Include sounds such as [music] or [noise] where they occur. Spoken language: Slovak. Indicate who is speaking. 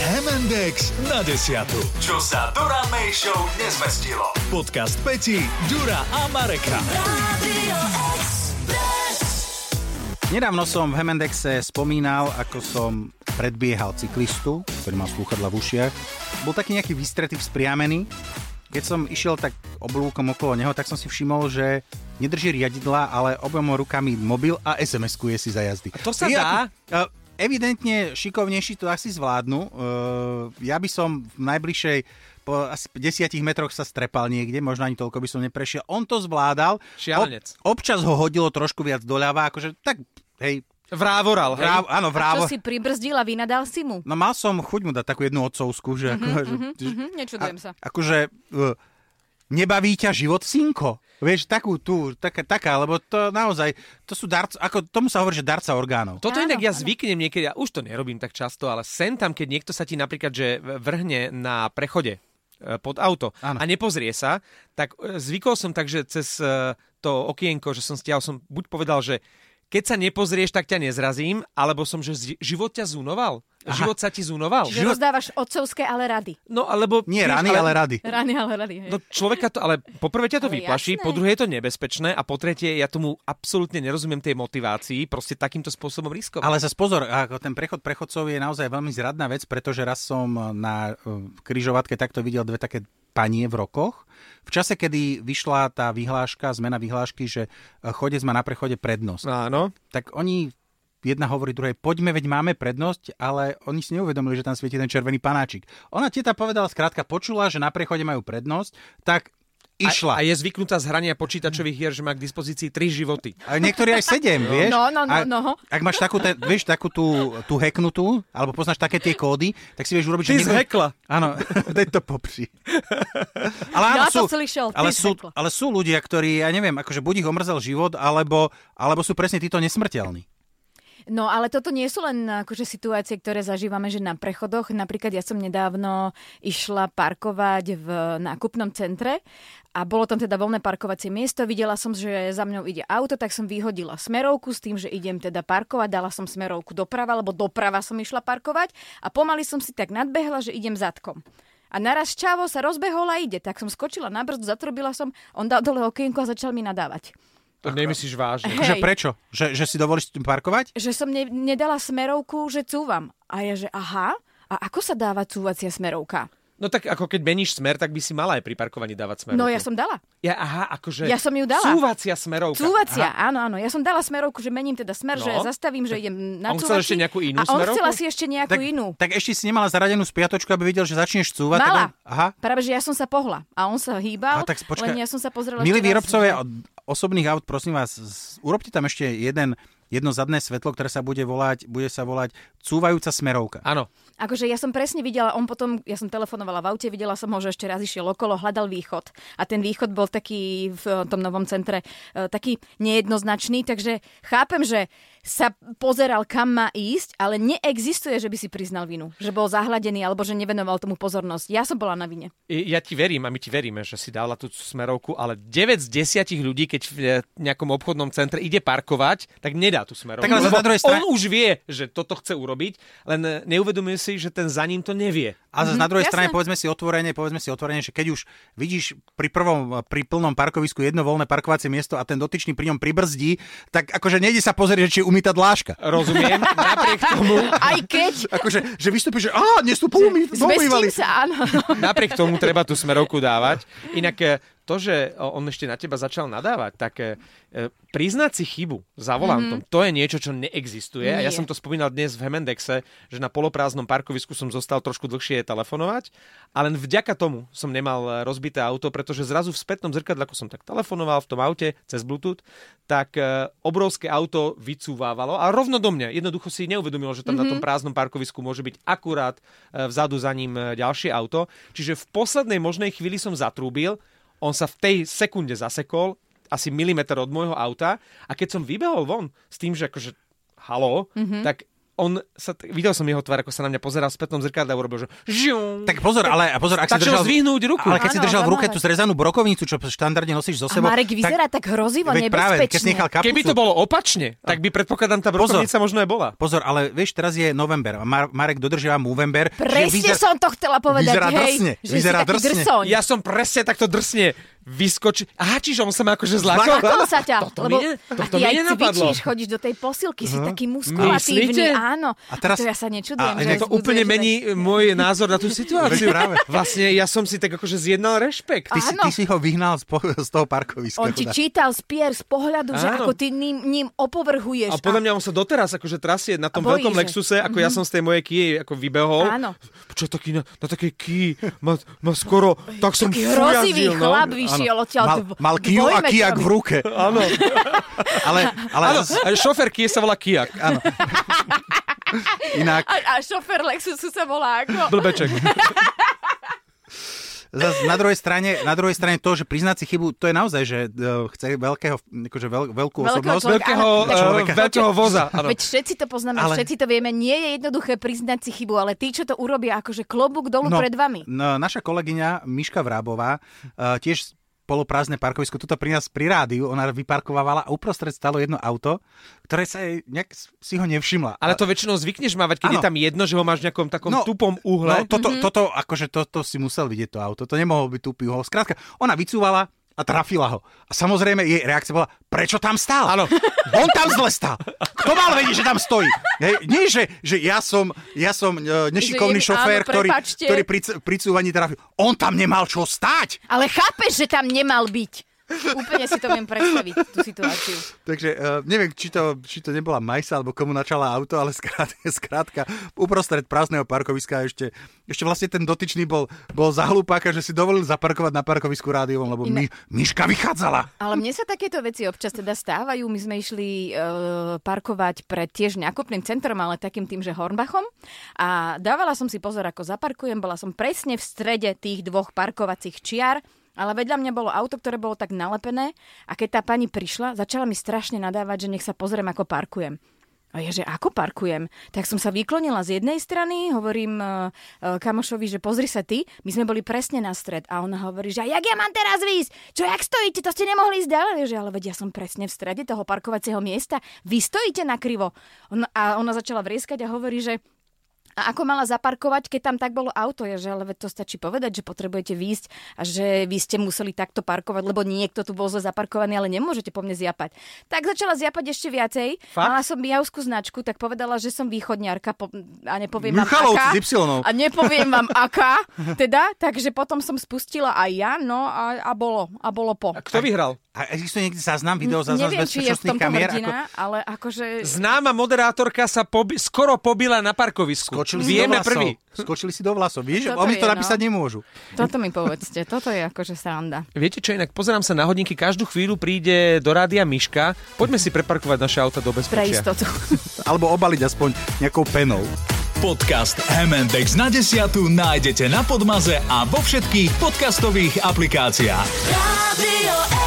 Speaker 1: Index na desiatu. Čo sa Dura May Show nezmestilo. Podcast Peti, Dura a Mareka.
Speaker 2: Nedávno som v Hemendexe spomínal, ako som predbiehal cyklistu, ktorý mal slúchadla v ušiach. Bol taký nejaký vystretý, vzpriamený. Keď som išiel tak oblúkom okolo neho, tak som si všimol, že nedrží riadidla, ale oboma rukami mobil a SMS-kuje si za jazdy.
Speaker 3: to sa
Speaker 2: Je
Speaker 3: dá?
Speaker 2: ako- e, Evidentne šikovnejší to asi zvládnu. E, Ja by som v najbližšej po asi 10 metroch sa strepal niekde, možno ani toľko by som neprešiel. On to zvládal.
Speaker 3: Šialenec.
Speaker 2: Ob, občas ho hodilo trošku viac doľava, akože tak, hej,
Speaker 3: Vrávoral, hej?
Speaker 2: Vráv, áno, vrávo.
Speaker 4: Čo si pribrzdil a vynadal si mu?
Speaker 2: No mal som chuť mu dať takú jednu otcovskú, že, mm-hmm, ako, že,
Speaker 4: Hm, nečudujem sa.
Speaker 2: akože uh, nebaví ťa život, synko. Vieš, takú tú, taká, taká, lebo to naozaj, to sú darc, ako tomu sa hovorí, že darca orgánov.
Speaker 3: Toto
Speaker 4: Áno,
Speaker 3: inak ja
Speaker 4: áno.
Speaker 3: zvyknem niekedy, ja už to nerobím tak často, ale sem tam, keď niekto sa ti napríklad že vrhne na prechode e, pod auto
Speaker 2: Áno.
Speaker 3: a nepozrie sa, tak e, zvykol som tak, že cez e, to okienko, že som stiahol, som buď povedal, že keď sa nepozrieš, tak ťa nezrazím, alebo som, že zi- život ťa zúnoval. no, Život sa ti zúnoval.
Speaker 4: Že rozdávaš otcovské ale rady.
Speaker 3: No alebo...
Speaker 2: Nie
Speaker 3: vieš,
Speaker 2: rany, ale rady.
Speaker 4: Rany ale rady, hej.
Speaker 3: No človeka to, ale po prvé ťa to
Speaker 4: Ale
Speaker 3: vyplaší,
Speaker 4: jasné.
Speaker 3: po druhé je to nebezpečné a po tretie ja tomu absolútne nerozumiem tej motivácii proste takýmto spôsobom riskovať.
Speaker 2: Ale zase pozor, ako ten prechod prechodcov je naozaj veľmi zradná vec, pretože raz som na eh, križovatke takto videl dve také panie v rokoch. V čase, kedy vyšla tá vyhláška, zmena vyhlášky, že eh, chodec má na prechode prednosť.
Speaker 3: Áno.
Speaker 2: tak oni jedna hovorí druhej, poďme, veď máme prednosť, ale oni si neuvedomili, že tam svieti ten červený panáčik. Ona teta povedala, skrátka počula, že na prechode majú prednosť, tak
Speaker 3: A, a
Speaker 2: išla. A,
Speaker 3: je zvyknutá z hrania počítačových hier, že má k dispozícii tri životy.
Speaker 2: niektorí aj sedem, vieš?
Speaker 4: No, no, no,
Speaker 2: a,
Speaker 4: no.
Speaker 2: Ak máš takú, ten, vieš, takú tú, tú hacknutú, alebo poznáš také tie kódy, tak si vieš urobiť, že... niekto- Áno, [laughs] daj to popri. Ale áno,
Speaker 4: Ja
Speaker 2: sú,
Speaker 4: to slyšel, ty
Speaker 2: ale,
Speaker 4: si
Speaker 2: sú,
Speaker 4: hackla.
Speaker 2: ale sú ľudia, ktorí, ja neviem, akože buď ich omrzel život, alebo, alebo sú presne títo nesmrteľní.
Speaker 4: No ale toto nie sú len akože situácie, ktoré zažívame, že na prechodoch. Napríklad ja som nedávno išla parkovať v nákupnom centre a bolo tam teda voľné parkovacie miesto. Videla som, že za mnou ide auto, tak som vyhodila smerovku s tým, že idem teda parkovať. Dala som smerovku doprava, lebo doprava som išla parkovať a pomaly som si tak nadbehla, že idem zadkom. A naraz čavo sa rozbehol a ide. Tak som skočila na brzdu, zatrubila som, on dal dole okienko a začal mi nadávať.
Speaker 3: To nemyslíš vážne.
Speaker 2: Akože
Speaker 4: Hej.
Speaker 2: prečo? Že, že si dovolíš tým parkovať?
Speaker 4: že som ne, nedala smerovku, že cúvam. A ja, že aha, a ako sa dáva cúvacia smerovka?
Speaker 3: No tak ako keď meníš smer, tak by si mala aj pri parkovaní dávať smerovku.
Speaker 4: No ja som dala.
Speaker 3: Ja, aha, akože...
Speaker 4: Ja som ju dala.
Speaker 3: Cúvacia smerovka.
Speaker 4: Cúvacia, áno, áno. Ja som dala smerovku, že mením teda smer,
Speaker 3: No.
Speaker 4: že zastavím, že idem na
Speaker 3: on chcel
Speaker 4: cúvači.
Speaker 3: ešte nejakú inú
Speaker 4: A on
Speaker 3: smerovku?
Speaker 4: chcela si ešte nejakú inú.
Speaker 2: tak ešte si nemala zaradenú spiatočku, aby videl, že začneš cúvať. tak
Speaker 4: Mala.
Speaker 2: on- Aha.
Speaker 4: Práve, že ja som sa pohla. A on sa
Speaker 2: A
Speaker 4: hýbal,
Speaker 2: tak počkaj.
Speaker 4: len ja som sa pozrela.
Speaker 2: Milí
Speaker 4: ešte raz, že-
Speaker 2: výrobcovia od osobných aut, prosím vás, z- urobte tam ešte jeden, jedno zadné svetlo, ktoré sa bude volať, bude sa volať cúvajúca smerovka.
Speaker 3: Áno.
Speaker 4: Akože ja som presne videla, on potom, ja som telefonovala v aute, videla som ho, že ešte raz išiel okolo, hľadal východ. A ten východ bol taký v e, tom novom centre, e, taký nejednoznačný, takže chápem, že sa pozeral, kam má ísť, ale neexistuje, že by si priznal vinu. Že bol zahladený, alebo že nevenoval tomu pozornosť. Ja som bola na vine.
Speaker 3: I- Ja ti verím a my ti veríme, že si dala tú smerovku, ale 9 z 10 ľudí, keď v e, nejakom obchodnom centre ide parkovať, tak nedá tú smerovku.
Speaker 2: Tak ale
Speaker 3: Lebo
Speaker 2: na druhej strane-
Speaker 3: On už vie, že toto chce urobiť, len e, neuvedomuje si, že ten za ním to nevie.
Speaker 2: A zase na druhej
Speaker 4: Mhm, jasné.
Speaker 2: strane povedzme si otvorene, povedzme si otvorene, že keď už vidíš pri prvom, pri plnom parkovisku jedno voľné parkovacie miesto a ten dotyčný pri ňom pribrzdí, tak akože nejde sa pozrieť, že či je umýta dláška. [laughs]
Speaker 3: Rozumiem, napriek tomu,
Speaker 4: [laughs] Aj keď
Speaker 2: Akože, že vystúpiš, že á, dnes tu poumy-
Speaker 4: zmestím
Speaker 2: poumývali.
Speaker 4: sa,
Speaker 2: [laughs]
Speaker 4: áno.
Speaker 3: Napriek tomu treba tú smerovku dávať. Inak e, to, že o- on ešte na teba začal nadávať, tak e, e, priznať si chybu za volantom, mm-hmm. to je niečo, čo neexistuje. A Ja
Speaker 4: Nie.
Speaker 3: som to spomínal dnes v Hemendexe, že na poloprázdnom parkovisku som zostal trošku dlhšie telefonovať a len vďaka tomu som nemal e, rozbité auto, pretože zrazu v spätnom zrkadle, ako som tak telefonoval v tom aute cez Bluetooth, tak e, obrovské auto vycúvávalo a rovno do mňa. Jednoducho si neuvedomilo, že tam mm-hmm. na tom prázdnom parkovisku môže byť akurát e, vzadu za ním e, ďalšie auto. Čiže v poslednej možnej chvíli som zatrúbil, on sa v tej sekunde zasekol, asi milimeter od môjho auta a keď som vybehol von s tým, že akože halo, mm-hmm. tak on sa, t- videl som jeho tvár, ako sa na mňa pozeral v spätnom zrkadle a urobil, že žium.
Speaker 2: Tak pozor, ale pozor, ak
Speaker 3: Tak
Speaker 2: si
Speaker 3: čo
Speaker 2: držal...
Speaker 3: zdvihnúť ruku.
Speaker 2: Ale keď si
Speaker 4: Áno,
Speaker 2: držal v ruke
Speaker 4: zaujímavé.
Speaker 2: tú srezanú brokovnicu, čo štandardne nosíš so
Speaker 4: A
Speaker 2: sebou...
Speaker 4: Marek vyzerá tak, hrozivo,
Speaker 2: Veď práve,
Speaker 4: nebezpečne.
Speaker 2: keď si nechal kapucu...
Speaker 3: Keby to bolo opačne, tak by predpokladám tá
Speaker 2: Pozor.
Speaker 3: brokovnica možno aj bola.
Speaker 2: Pozor, ale vieš, teraz je november a Mar- Marek dodržiava november.
Speaker 4: Presne som to chcela povedať,
Speaker 2: vyzerá
Speaker 4: hej,
Speaker 2: drsne,
Speaker 4: že
Speaker 2: vyzerá
Speaker 4: si taký
Speaker 2: drsne.
Speaker 4: drsoň.
Speaker 3: Ja som presne takto drsne vyskočil. Aha, čiže on sa ma akože zlákol.
Speaker 4: Zlakol sa ťa,
Speaker 3: Toto
Speaker 4: lebo
Speaker 3: mi, ne,
Speaker 4: a
Speaker 3: toto mi
Speaker 4: ty aj
Speaker 3: nenapadlo.
Speaker 4: cvičíš, chodíš do tej posilky, si taký
Speaker 3: Myslíte?
Speaker 4: muskulatívny, áno.
Speaker 2: A teraz-
Speaker 4: to ja sa nečudujem,
Speaker 2: a
Speaker 4: že
Speaker 2: inak
Speaker 3: To úplne
Speaker 4: vzbudzuješ
Speaker 3: mení môj názor na tú situáciu. [laughs]
Speaker 2: Veď práve.
Speaker 3: Vlastne ja som si tak akože zjednal rešpekt.
Speaker 2: Ty si,
Speaker 4: Áno.
Speaker 2: ty si ho vyhnal z, po- z toho parkoviska. teda.
Speaker 4: On ti
Speaker 2: chudák.
Speaker 4: čítal z pier, z pohľadu, že
Speaker 3: Áno.
Speaker 4: ako ty ním, ním opovrhuješ.
Speaker 3: A podľa mňa on sa doteraz akože trasie na tom
Speaker 4: A bojí
Speaker 3: veľkom
Speaker 4: sa. Mhm.
Speaker 3: Lexuse, ako ja som z tej mojej Kia ako vybehol.
Speaker 4: Áno.
Speaker 3: Čo taký na, na takej Kia ma, ma skoro, tak som
Speaker 4: Taký hrozivý
Speaker 3: fujazil, no.
Speaker 4: chlap vyšiel odtiaľ.
Speaker 2: Mal,
Speaker 4: dvo-
Speaker 2: mal kiu a
Speaker 4: dvojmetrový.
Speaker 2: kijak v ruke.
Speaker 3: [laughs] Áno,
Speaker 2: [laughs] Ale, ale
Speaker 3: áno.
Speaker 2: z-
Speaker 3: A Šofer Kia sa volá Kiak. [laughs]
Speaker 2: inak,
Speaker 4: A, a šofer Lexusu sa volá ako...
Speaker 3: Blbeček.
Speaker 2: zas na, druhej strane, na druhej strane to, že priznať si chybu, to je naozaj, že e, chce veľkého, akože veľ, veľkú
Speaker 4: Veľkého
Speaker 2: osobnosť.
Speaker 4: človeka.
Speaker 3: Veľkého,
Speaker 4: Ale-
Speaker 3: eh, veľkého voza. Áno.
Speaker 4: Veď všetci to poznáme,
Speaker 2: Ale-
Speaker 4: všetci to vieme. Nie je jednoduché priznať si chybu, ale tí, čo to urobia, akože klobúk dolu pred vami.
Speaker 2: No, naša kolegyňa Miška Vrábová uh, tiež poloprázdne parkovisko, tuto pri nás pri rádiu, ona vyparkovávala a uprostred stalo jedno auto, ktoré sa jej, nejak s- si ho nevšimla.
Speaker 3: Ale to väčšinou zvykneš mávať,
Speaker 2: Áno.
Speaker 3: keď je tam jedno, že ho máš v nejakom takom
Speaker 2: No,
Speaker 3: tupom
Speaker 2: No,
Speaker 3: uhle.
Speaker 2: toto, mm-hmm.
Speaker 4: Mhm.
Speaker 2: toto, akože toto si musel vidieť to auto, to nemohol byť tupý uhol. Skrátka, ona vycúvala a trafila ho. A samozrejme jej reakcia bola, prečo tam stál?
Speaker 3: Áno.
Speaker 2: On tam zle stál. Kto mal vedieť, že tam stojí? Hej, nie, že, že ja som, ja som e, nešikovný
Speaker 4: Že je-
Speaker 2: šofér,
Speaker 4: áno,
Speaker 2: ktorý,
Speaker 4: prepáčte.
Speaker 2: ktorý pri, c- pri cúvaní trafil. On tam nemal čo stáť.
Speaker 4: Ale chápeš, že tam nemal byť. Úplne si to viem predstaviť, tú situáciu.
Speaker 2: Takže uh, neviem, či to, či to nebola Majsa, alebo komu načala auto, ale skrátka, [laughs] skrátka uprostred prázdneho parkoviska ešte, ešte vlastne ten dotyčný bol, bol za hlupáka, že si dovolil zaparkovať na parkovisku rádiovom, lebo
Speaker 4: Inak-
Speaker 2: mi, Miška vychádzala.
Speaker 4: Ale mne sa takéto veci občas teda stávajú. My sme išli e, parkovať pred tiež nákupným centrom, ale takým tým, že Hornbachom. A dávala som si pozor, ako zaparkujem. Bola som presne v strede tých dvoch parkovacích čiar. Ale vedľa mňa bolo auto, ktoré bolo tak nalepené a keď tá pani prišla, začala mi strašne nadávať, že nech sa pozriem, ako parkujem. A ja, že ako parkujem? Tak som sa vyklonila z jednej strany, hovorím uh, kamošovi, že pozri sa ty, my sme boli presne na stred. A ona hovorí, že a jak ja mám teraz výjsť? Čo, jak stojíte? To ste nemohli ísť ďalej. Ja, Že, ale veď ja som presne v strede toho parkovacieho miesta. Vy stojíte na krivo. On, a ona začala vrieskať a hovorí, že a ako mala zaparkovať, keď tam tak bolo auto? Ja, že ale veď to stačí povedať, že potrebujete výjsť a že vy ste museli takto parkovať, lebo niekto tu bol zle zaparkovaný, ale nemôžete po mne zjapať. Tak začala zjapať ešte viacej.
Speaker 3: Fakt?
Speaker 4: Mala som javskú značku, tak povedala, že som východňarka po, a nepoviem
Speaker 2: Michalovci
Speaker 4: vám aká.
Speaker 2: s Y-om.
Speaker 4: A nepoviem vám aká. Teda, takže potom som spustila aj ja, no a, a bolo, a bolo po.
Speaker 3: A kto vyhral?
Speaker 2: A existuje niekde záznam, video záznam z
Speaker 4: Neviem, či je v
Speaker 2: bezpečnostných
Speaker 4: tomto
Speaker 2: kamier? Ako,
Speaker 4: hrdina, ale akože...
Speaker 3: Známa moderátorka sa pobi- skoro pobila na parkovisku.
Speaker 2: skočili si do
Speaker 3: Vieme
Speaker 2: vlasov.
Speaker 3: prvý.
Speaker 2: Skočili si do vlasov. Vieš,
Speaker 4: Toto
Speaker 2: oni
Speaker 4: je,
Speaker 2: to
Speaker 4: no.
Speaker 2: napísať nemôžu.
Speaker 4: Toto mi povedzte, toto je akože sranda.
Speaker 3: Viete čo, inak pozerám sa na hodinky, každú chvíľu príde do rádia Miška. Poďme si preparkovať naše auta do
Speaker 4: Pre
Speaker 3: bezpečia.
Speaker 4: istotu.
Speaker 2: Alebo obaliť aspoň nejakou penou.
Speaker 1: Podcast M&X na desiatu nájdete na Podmaze a vo všetkých podcastových aplikáciách.
Speaker 5: Radio